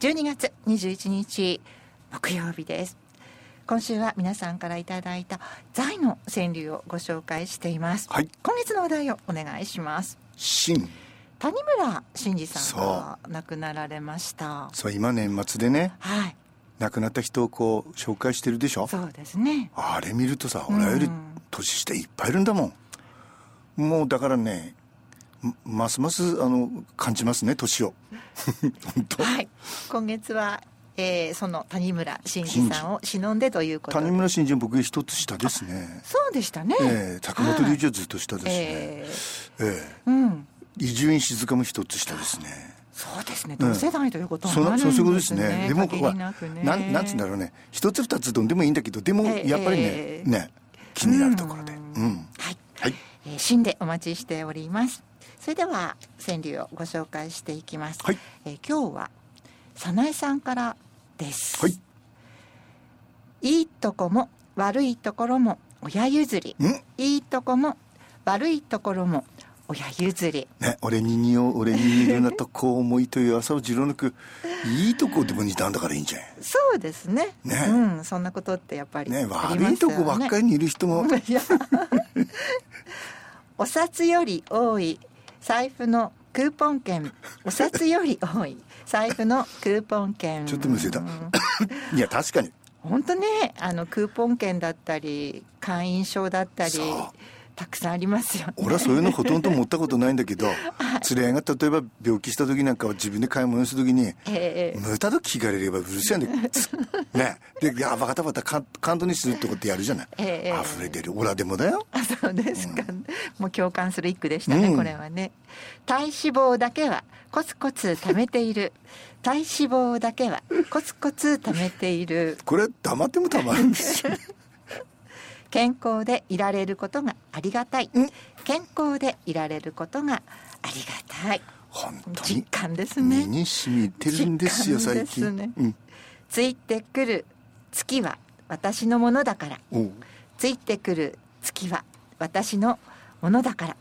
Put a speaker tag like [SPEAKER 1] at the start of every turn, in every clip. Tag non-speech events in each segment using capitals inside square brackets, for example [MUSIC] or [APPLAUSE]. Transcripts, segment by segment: [SPEAKER 1] 12月21日木曜日です今週は皆さんからいただいた財の川柳をご紹介しています、
[SPEAKER 2] はい
[SPEAKER 1] 今月のお題をお願いします
[SPEAKER 2] 新
[SPEAKER 1] 谷村新司さんが亡くなられました
[SPEAKER 2] そう今年末でね
[SPEAKER 1] はい
[SPEAKER 2] 亡くなった人をこう紹介してるでしょ
[SPEAKER 1] そうですね
[SPEAKER 2] あれ見るとさ俺より年下いっぱいいるんだもんもうだからねまますますあの感じますね
[SPEAKER 1] [LAUGHS]
[SPEAKER 2] 年を本当
[SPEAKER 1] はい今月は、えー、その谷村新司さんを忍んでということで
[SPEAKER 2] 谷村新司は僕一つ下ですね
[SPEAKER 1] そうでしたね、
[SPEAKER 2] ええ坂本
[SPEAKER 1] はい
[SPEAKER 2] 龍一はずっと下ですね、
[SPEAKER 1] え
[SPEAKER 2] え
[SPEAKER 1] ーうん
[SPEAKER 2] え伊集院静香も一つ下ですね
[SPEAKER 1] そうですね同世代ということに
[SPEAKER 2] そ
[SPEAKER 1] な
[SPEAKER 2] の
[SPEAKER 1] るん
[SPEAKER 2] そ
[SPEAKER 1] で
[SPEAKER 2] う
[SPEAKER 1] す
[SPEAKER 2] そういうこと
[SPEAKER 1] ね
[SPEAKER 2] ですねでも
[SPEAKER 1] 限
[SPEAKER 2] ほら
[SPEAKER 1] りなくね
[SPEAKER 2] なんなんつうんだろうね一つ二つどんでもいいんだけどでも
[SPEAKER 1] ええ
[SPEAKER 2] やっぱりね、
[SPEAKER 1] ええ
[SPEAKER 2] ね気になるところでうん、
[SPEAKER 1] はい、
[SPEAKER 2] はい
[SPEAKER 1] えー、新でお待ちしておりますそれでは川柳をご紹介していきます、
[SPEAKER 2] はい
[SPEAKER 1] えー今日は早苗さんからです、
[SPEAKER 2] はい、
[SPEAKER 1] いいとこも悪いところも親譲り
[SPEAKER 2] うん
[SPEAKER 1] いいとこも悪いところも親譲り
[SPEAKER 2] ね、俺に似よう俺に似るなとこう思いという朝をじろなくいいとこでも似たんだからいいんじゃん
[SPEAKER 1] そうですね
[SPEAKER 2] ね
[SPEAKER 1] うん、そんなことってやっぱりあ
[SPEAKER 2] ね
[SPEAKER 1] りますよね
[SPEAKER 2] 悪いとこばっかりにいる人も
[SPEAKER 1] いや [LAUGHS] お札より多い財布のクーポン券お札より多い財布のクーポン券
[SPEAKER 2] ちょっとむせた
[SPEAKER 1] うん
[SPEAKER 2] [LAUGHS] いや確かに
[SPEAKER 1] 本当ねあのクーポン券だったり会員証だったり
[SPEAKER 2] そう
[SPEAKER 1] たくさんありますよね
[SPEAKER 2] 俺はそういうのほとんど持ったことないんだけど
[SPEAKER 1] [LAUGHS]
[SPEAKER 2] 連れ合いが例えば病気した時なんかは自分で買い物する時に
[SPEAKER 1] ええ
[SPEAKER 2] 無駄と聞かれればうる
[SPEAKER 1] [LAUGHS]
[SPEAKER 2] せえんだよつねでいやバタバタカンカントにするってことやるじゃない、
[SPEAKER 1] ええ
[SPEAKER 2] 溢れてる俺はでもだよ
[SPEAKER 1] あそうですか、もう共感する一句でしたね、
[SPEAKER 2] うん
[SPEAKER 1] これはね体脂肪だけはコツコツ貯めている体脂肪だけはコツコツ貯めている
[SPEAKER 2] これ黙ってもたまるんで
[SPEAKER 1] [LAUGHS]
[SPEAKER 2] すよ
[SPEAKER 1] 健康でいられることがありがたい健康でいられることがありがたい
[SPEAKER 2] 本当
[SPEAKER 1] 実
[SPEAKER 2] に
[SPEAKER 1] 感です
[SPEAKER 2] 身
[SPEAKER 1] ね
[SPEAKER 2] に染みてるんですよ
[SPEAKER 1] 実感
[SPEAKER 2] 最
[SPEAKER 1] です
[SPEAKER 2] 近、
[SPEAKER 1] ね
[SPEAKER 2] うん
[SPEAKER 1] ついてくる月は私のものだから
[SPEAKER 2] おう
[SPEAKER 1] ついてくる月は私のものだから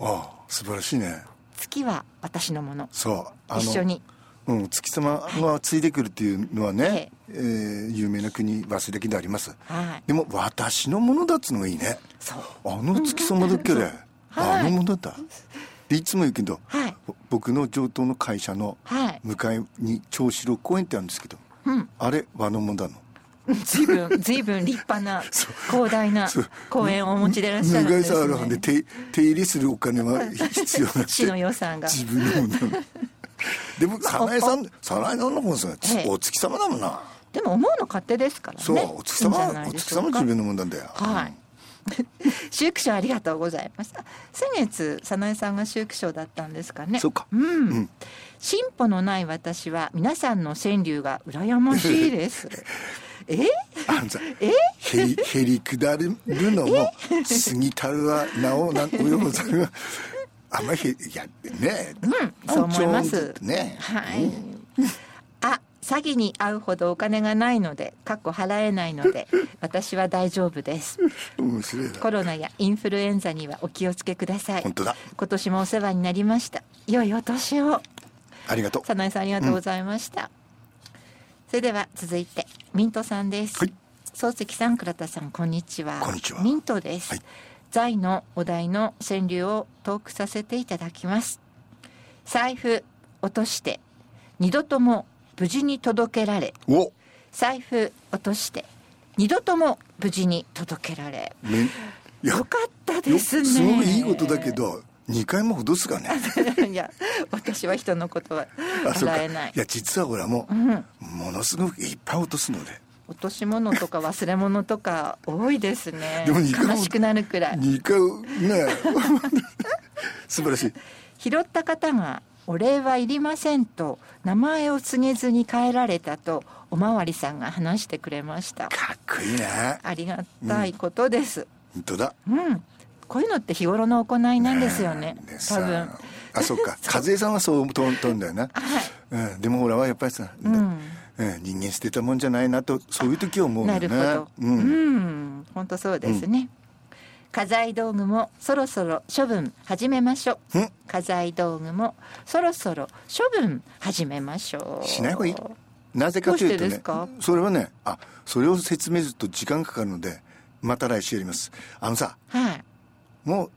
[SPEAKER 2] ああ素晴らしいね
[SPEAKER 1] 月は私のもの
[SPEAKER 2] そうあ
[SPEAKER 1] 一緒に
[SPEAKER 2] うん、月様がついてくるっていうのはね、
[SPEAKER 1] え
[SPEAKER 2] えー有名な国早稲田であります
[SPEAKER 1] はい
[SPEAKER 2] でも私のものだっつうのがいいね
[SPEAKER 1] そう
[SPEAKER 2] あの月様だっけで、
[SPEAKER 1] はい
[SPEAKER 2] あのものだでいつも言うけど、
[SPEAKER 1] はい
[SPEAKER 2] ぼ僕の上等の会社の
[SPEAKER 1] はい
[SPEAKER 2] 向かいに長四郎公園ってあるんですけど、
[SPEAKER 1] うん
[SPEAKER 2] あれ和のものだの
[SPEAKER 1] 随分随分立派な広大な
[SPEAKER 2] そう
[SPEAKER 1] 公園をお持ちでいらっしゃるん
[SPEAKER 2] 向
[SPEAKER 1] で
[SPEAKER 2] 井さんあ
[SPEAKER 1] す
[SPEAKER 2] るはんで
[SPEAKER 1] ね
[SPEAKER 2] 手手入れするお金は必要な
[SPEAKER 1] 市の
[SPEAKER 2] く
[SPEAKER 1] 予算
[SPEAKER 2] て
[SPEAKER 1] が
[SPEAKER 2] 自分のものな
[SPEAKER 1] [LAUGHS]
[SPEAKER 2] のでも早苗さん早苗さんの方さ
[SPEAKER 1] ええ
[SPEAKER 2] お月様だもんな
[SPEAKER 1] でも思うの勝手ですからね
[SPEAKER 2] そう、お月
[SPEAKER 1] いいんじゃ
[SPEAKER 2] 様
[SPEAKER 1] な
[SPEAKER 2] お
[SPEAKER 1] いで
[SPEAKER 2] 月
[SPEAKER 1] しょ
[SPEAKER 2] 様
[SPEAKER 1] うか
[SPEAKER 2] 自分のもんなんだよ、
[SPEAKER 1] [LAUGHS] はい。修復賞ありがとうございました。先月、早苗さんが修復賞だったんですかね。
[SPEAKER 2] そうか
[SPEAKER 1] うん。進歩のない私は、皆さんの川柳が羨ましい
[SPEAKER 2] [LAUGHS]
[SPEAKER 1] です。え
[SPEAKER 2] あのさへりへりくだるのも過ぎたるはなおなん及ぼざるはあんまりへいやね
[SPEAKER 1] うんそう思います
[SPEAKER 2] ちょんってね
[SPEAKER 1] はい。あ、詐欺に遭うほどお金がないので、過去払えないの
[SPEAKER 2] [LAUGHS]
[SPEAKER 1] で、私は大丈夫です。
[SPEAKER 2] 面白いな
[SPEAKER 1] コロナやインフルエンザにはお気をつけください。
[SPEAKER 2] 本当だ
[SPEAKER 1] 今年もお世話になりました。良いお年を。
[SPEAKER 2] ありがとう
[SPEAKER 1] 早苗さんありがとうございました、それでは続いてミントさんです、
[SPEAKER 2] はい
[SPEAKER 1] 漱石さん倉田さんこんにちは
[SPEAKER 2] こんにちは
[SPEAKER 1] ミントです、
[SPEAKER 2] はい
[SPEAKER 1] 財のお題の川柳をトークさせていただきます財布落として二度とも無事に届けられ
[SPEAKER 2] お
[SPEAKER 1] 財布落として二度とも無事に届けられ
[SPEAKER 2] めいや
[SPEAKER 1] よかった
[SPEAKER 2] よ
[SPEAKER 1] ですね
[SPEAKER 2] すごいいいことだけど2回もほどすかね
[SPEAKER 1] [LAUGHS] いや私は人のことは
[SPEAKER 2] あそうか
[SPEAKER 1] 笑え
[SPEAKER 2] い
[SPEAKER 1] ない
[SPEAKER 2] や実はほらもう、
[SPEAKER 1] ん
[SPEAKER 2] ものすごくいっぱい落とすので
[SPEAKER 1] 落とし物とか忘れ物とか多いですね
[SPEAKER 2] でも二回も
[SPEAKER 1] 悲しくなるくらい
[SPEAKER 2] 2回ね [LAUGHS] 素晴らしい
[SPEAKER 1] 拾った方が「お礼はいりません」と名前を告げずに帰られたとおまわりさんが話してくれました
[SPEAKER 2] かっこいいね
[SPEAKER 1] ありがたいことです
[SPEAKER 2] 本当だ
[SPEAKER 1] うん、こういうのって日頃の行いなんですよね
[SPEAKER 2] ね
[SPEAKER 1] 多
[SPEAKER 2] さ
[SPEAKER 1] 分
[SPEAKER 2] あそう
[SPEAKER 1] [LAUGHS]
[SPEAKER 2] か和江さんはそう思うとんだよな、うん、でも俺はやっぱりさ、
[SPEAKER 1] ん
[SPEAKER 2] うん人間捨てたもんじゃないなとそういう時思うんだ
[SPEAKER 1] な
[SPEAKER 2] よね
[SPEAKER 1] るほどう
[SPEAKER 2] うん
[SPEAKER 1] ん本当そうですね、家財道具もそろそろ処分始めましょう。
[SPEAKER 2] ん
[SPEAKER 1] 家財道具もそろそろ処分始めましょう。
[SPEAKER 2] しない方がいいなぜかというと
[SPEAKER 1] どうしてです
[SPEAKER 2] ね
[SPEAKER 1] か
[SPEAKER 2] それはねあそれを説明すると時間かかるのでまた来週やりますあのさ
[SPEAKER 1] はい。
[SPEAKER 2] もう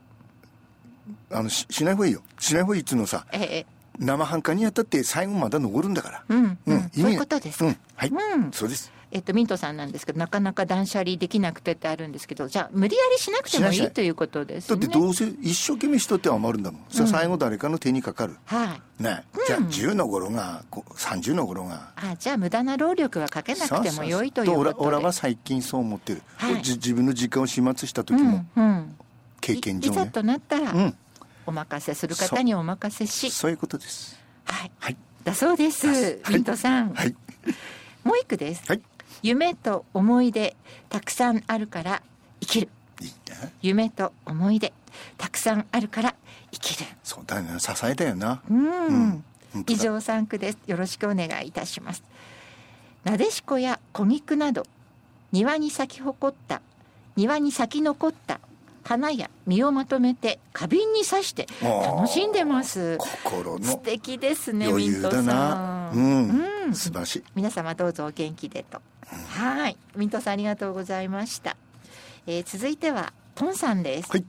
[SPEAKER 2] あのししない方がいいよしない方がいいっつうのさ
[SPEAKER 1] ええ、
[SPEAKER 2] 生半可にやったって最後まだ残るんだから
[SPEAKER 1] うん、うん、
[SPEAKER 2] 意味
[SPEAKER 1] そう
[SPEAKER 2] ない
[SPEAKER 1] いうことですか。
[SPEAKER 2] うんはい、
[SPEAKER 1] うん
[SPEAKER 2] そうです
[SPEAKER 1] えっと、ミントさんなんですけどなかなか断捨離できなくてってあるんですけどじゃあ無理やりしなくてもい
[SPEAKER 2] しないしない
[SPEAKER 1] いということです
[SPEAKER 2] だっ
[SPEAKER 1] ね
[SPEAKER 2] て。どうせ一生懸命しとっては余るんだもん、それ最後誰かの手にかかる
[SPEAKER 1] はい、
[SPEAKER 2] ねじゃあ10の頃がこう30の頃が
[SPEAKER 1] あじゃあ無駄な労力はかけなくても良いという
[SPEAKER 2] そ
[SPEAKER 1] こと
[SPEAKER 2] そそ俺
[SPEAKER 1] で
[SPEAKER 2] 俺は最近そう思ってる、
[SPEAKER 1] はい
[SPEAKER 2] じ自分の時間を始末した時
[SPEAKER 1] う
[SPEAKER 2] も
[SPEAKER 1] んうん、
[SPEAKER 2] 経験
[SPEAKER 1] いい
[SPEAKER 2] 上
[SPEAKER 1] ざ
[SPEAKER 2] ね、
[SPEAKER 1] となったら、
[SPEAKER 2] うん
[SPEAKER 1] お任せする方にお任せし、
[SPEAKER 2] そういうことです
[SPEAKER 1] はい、
[SPEAKER 2] はい
[SPEAKER 1] だそうです、
[SPEAKER 2] はい
[SPEAKER 1] ミントさん、
[SPEAKER 2] はい
[SPEAKER 1] もう一句です、
[SPEAKER 2] はい
[SPEAKER 1] 夢と思い出たくさんあるから生きる
[SPEAKER 2] いいね
[SPEAKER 1] 夢と思い出たくさんあるから生きる
[SPEAKER 2] そうだね支えだよな
[SPEAKER 1] うん、
[SPEAKER 2] 本当
[SPEAKER 1] 以
[SPEAKER 2] だ
[SPEAKER 1] 上三句ですよろしくお願いいたしますなでしこや小菊など庭に咲き誇った庭に咲き残った花や実をまとめて花瓶に刺して楽しんでます
[SPEAKER 2] 心
[SPEAKER 1] 素
[SPEAKER 2] の
[SPEAKER 1] 敵ですね
[SPEAKER 2] 余裕だな、
[SPEAKER 1] ミントさん、
[SPEAKER 2] うん、
[SPEAKER 1] うん
[SPEAKER 2] 素晴らしい
[SPEAKER 1] 皆様どうぞお元気でと、はいミントさんありがとうございました、えー続いてはトンさんです、
[SPEAKER 2] はい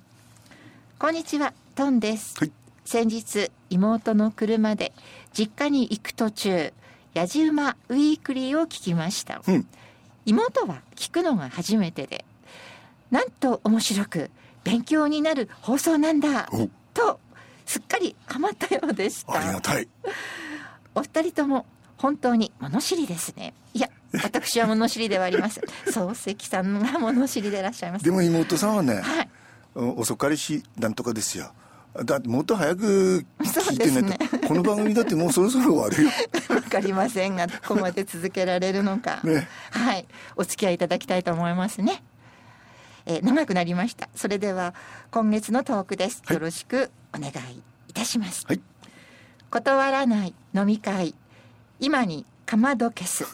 [SPEAKER 1] こんにちはトンです、
[SPEAKER 2] はい
[SPEAKER 1] 先日妹の車で実家に行く途中ヤジ馬ウィークリーを聞きました、
[SPEAKER 2] うん
[SPEAKER 1] 妹は聞くのが初めてでなんと面白く勉強になる放送なんだ
[SPEAKER 2] お
[SPEAKER 1] とすっかりハマったようでした
[SPEAKER 2] ありがたい
[SPEAKER 1] お二人とも本当に物知りですねいや私は物知りではあり
[SPEAKER 2] [LAUGHS]
[SPEAKER 1] ます漱石さんが物知りでいらっしゃいます
[SPEAKER 2] でも妹さんはね、
[SPEAKER 1] はい
[SPEAKER 2] お遅かりしなんとかですよだってもっと早く聞いてない
[SPEAKER 1] そうで
[SPEAKER 2] と、この番組だってもう [LAUGHS] そろそろ終わるよ
[SPEAKER 1] わかりません
[SPEAKER 2] [LAUGHS]
[SPEAKER 1] がどこまで続けられるのか、
[SPEAKER 2] ね
[SPEAKER 1] はいお付き合いいただきたいと思いますねえー長くなりましたそれでは今月のトークです、
[SPEAKER 2] はい
[SPEAKER 1] よろしくお願いいたします、
[SPEAKER 2] はい
[SPEAKER 1] 断らない飲み会今にかまど
[SPEAKER 2] [LAUGHS]
[SPEAKER 1] 消す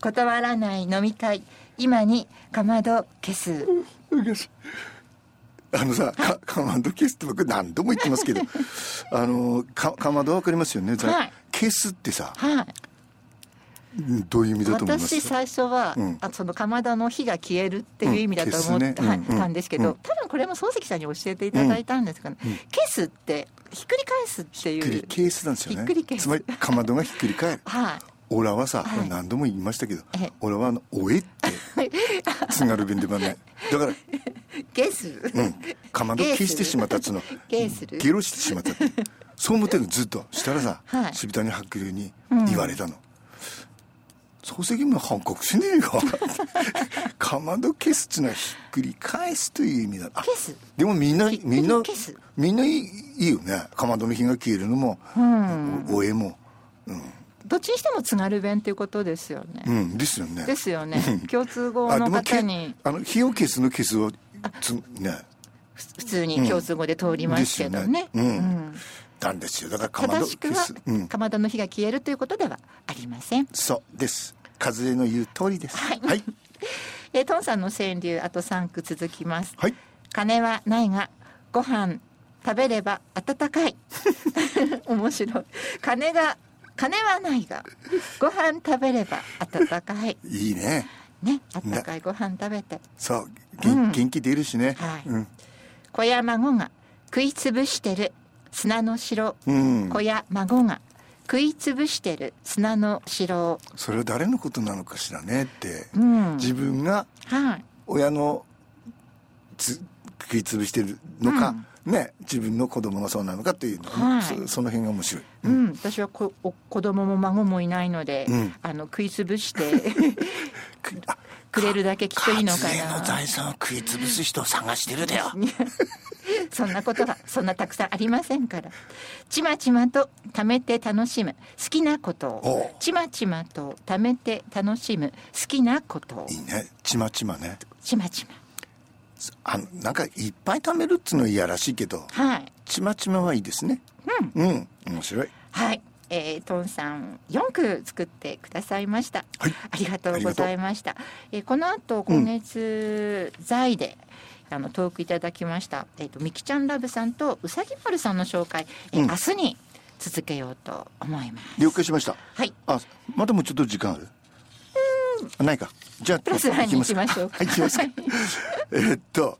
[SPEAKER 1] 断らない飲み会今にかまど消す
[SPEAKER 2] あのさかかまど消すって僕何度も言ってますけど [LAUGHS] あのかかまどわかりますよね、ざ
[SPEAKER 1] はい
[SPEAKER 2] 消すってさ
[SPEAKER 1] はい
[SPEAKER 2] うんどういう意味だと思いま
[SPEAKER 1] 私
[SPEAKER 2] す
[SPEAKER 1] 最初は、
[SPEAKER 2] うん
[SPEAKER 1] あそのかまどの火が消えるっていう意味だと思っ
[SPEAKER 2] うん
[SPEAKER 1] た,、
[SPEAKER 2] 消すねうんうん
[SPEAKER 1] たんですけど、
[SPEAKER 2] うん
[SPEAKER 1] 多分これも漱石さんに教えていただいたんですかね、消すってひっくり返すってい
[SPEAKER 2] ひっ
[SPEAKER 1] う
[SPEAKER 2] くりケースなんですよね
[SPEAKER 1] ひっくりケース
[SPEAKER 2] つまりかまどがひっくり返る
[SPEAKER 1] はい、
[SPEAKER 2] オラはさ、
[SPEAKER 1] はい
[SPEAKER 2] 俺何度も言いましたけど
[SPEAKER 1] ええ
[SPEAKER 2] 俺はあの「おえ」って津軽弁ではないだから
[SPEAKER 1] 消す、
[SPEAKER 2] うんかまど消してしまったっつうの
[SPEAKER 1] ゲーする
[SPEAKER 2] ゲロしてしまった
[SPEAKER 1] [LAUGHS]
[SPEAKER 2] ってそう思ってるのずっとしたらさ、
[SPEAKER 1] はい
[SPEAKER 2] 渋谷白龍に
[SPEAKER 1] うん
[SPEAKER 2] 言われたの「漱石も反告し
[SPEAKER 1] [LAUGHS]
[SPEAKER 2] ねえよ」かまど消すっつうのはひっくり返すという意味だあ
[SPEAKER 1] 消す
[SPEAKER 2] でもみんな
[SPEAKER 1] ひっくり
[SPEAKER 2] みんな
[SPEAKER 1] 消す
[SPEAKER 2] みんないいいいよねかまどの火が消えるのも、
[SPEAKER 1] うん
[SPEAKER 2] おおえも
[SPEAKER 1] どっちにしても津軽弁っていうことですよね、
[SPEAKER 2] うんですよね
[SPEAKER 1] ですよね共通語
[SPEAKER 2] あ
[SPEAKER 1] の
[SPEAKER 2] でもけ
[SPEAKER 1] 方に
[SPEAKER 2] あの火を消すの消すをつね
[SPEAKER 1] ふ普通に共通語で通りますけどね,、
[SPEAKER 2] うんですよねうん
[SPEAKER 1] うん
[SPEAKER 2] なんですよだからかまど
[SPEAKER 1] 正しく
[SPEAKER 2] 消
[SPEAKER 1] は
[SPEAKER 2] す、うん、
[SPEAKER 1] かまどの火が消えるということではありません
[SPEAKER 2] そうです和江の言う通りです
[SPEAKER 1] はい
[SPEAKER 2] はい、
[SPEAKER 1] えートンさんの川柳あと3句続きます、
[SPEAKER 2] はい
[SPEAKER 1] 金はないがご飯食べれば温かい [LAUGHS] 面白い金が金はないがご飯食べれば温かい
[SPEAKER 2] いいね
[SPEAKER 1] ね温かいご飯食べて
[SPEAKER 2] そう元,、
[SPEAKER 1] うん
[SPEAKER 2] 元気出るしね
[SPEAKER 1] はい
[SPEAKER 2] うん
[SPEAKER 1] 小屋孫が食いつぶしてる砂の城、
[SPEAKER 2] うん
[SPEAKER 1] 小屋孫が食いつぶしてる砂の城
[SPEAKER 2] それは誰のことなのかしらねって、
[SPEAKER 1] うん
[SPEAKER 2] 自分が
[SPEAKER 1] はい
[SPEAKER 2] 親のつ食い潰してるのか、ね自分の子供がそうなのかっていうの、
[SPEAKER 1] はい
[SPEAKER 2] そその辺が面白い、
[SPEAKER 1] うん、私はこお子供も孫もいないので、
[SPEAKER 2] うん
[SPEAKER 1] あの食いつぶして
[SPEAKER 2] くあ
[SPEAKER 1] くれるだけきっといいのか
[SPEAKER 2] 勝家の
[SPEAKER 1] な。
[SPEAKER 2] 財産を食い潰す人を探してるだよ
[SPEAKER 1] そんなことはそんなたくさんありませんから。ちまちまと貯めて楽しむ好きなこと
[SPEAKER 2] おう
[SPEAKER 1] を。ちまちまと貯めて楽しむ好きなことを
[SPEAKER 2] い。いねちまちまね
[SPEAKER 1] ちまちま。
[SPEAKER 2] あのなんかいっぱい貯めるっつうのはいやらしいけど
[SPEAKER 1] はい。
[SPEAKER 2] ちまちまはいいですねうん、面白い
[SPEAKER 1] はい。えー、トンさん4句作ってくださいました、
[SPEAKER 2] はい
[SPEAKER 1] ありがとうございましたえーこの後今月在で、あのトークいただきました、えっとみきちゃんラブさんとうさぎ丸さんの紹介、え
[SPEAKER 2] うん
[SPEAKER 1] 明日に続けようと思います。
[SPEAKER 2] 了解しました
[SPEAKER 1] はい
[SPEAKER 2] あまだもうちょっと時間あるあないかじゃあ
[SPEAKER 1] プラスワンに行きましょうか
[SPEAKER 2] 行き
[SPEAKER 1] [LAUGHS]
[SPEAKER 2] ますかはい行きますかえーっと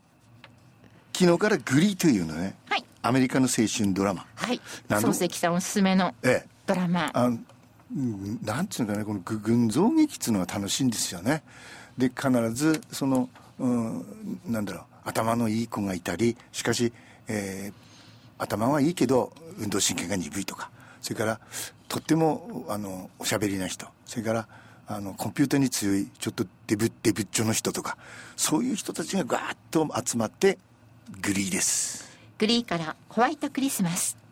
[SPEAKER 2] 昨日からグリーというのね
[SPEAKER 1] はい
[SPEAKER 2] アメリカの青春ドラマ
[SPEAKER 1] はい
[SPEAKER 2] な。んでも
[SPEAKER 1] 漱石さんおすすめの
[SPEAKER 2] ええ
[SPEAKER 1] ドラマ。
[SPEAKER 2] あうんなんていうのかねこのぐ群像劇っていうのが楽しいんですよねで必ずその、うん、なんだろう頭のいい子がいたりしかし、えー頭はいいけど運動神経が鈍いとかそれからとってもあのおしゃべりな人それからあのコンピューターに強いちょっとデブデブっちょの人とかそういう人たちがガーッと集まってグリーです
[SPEAKER 1] グリーからホワイトクリスマス。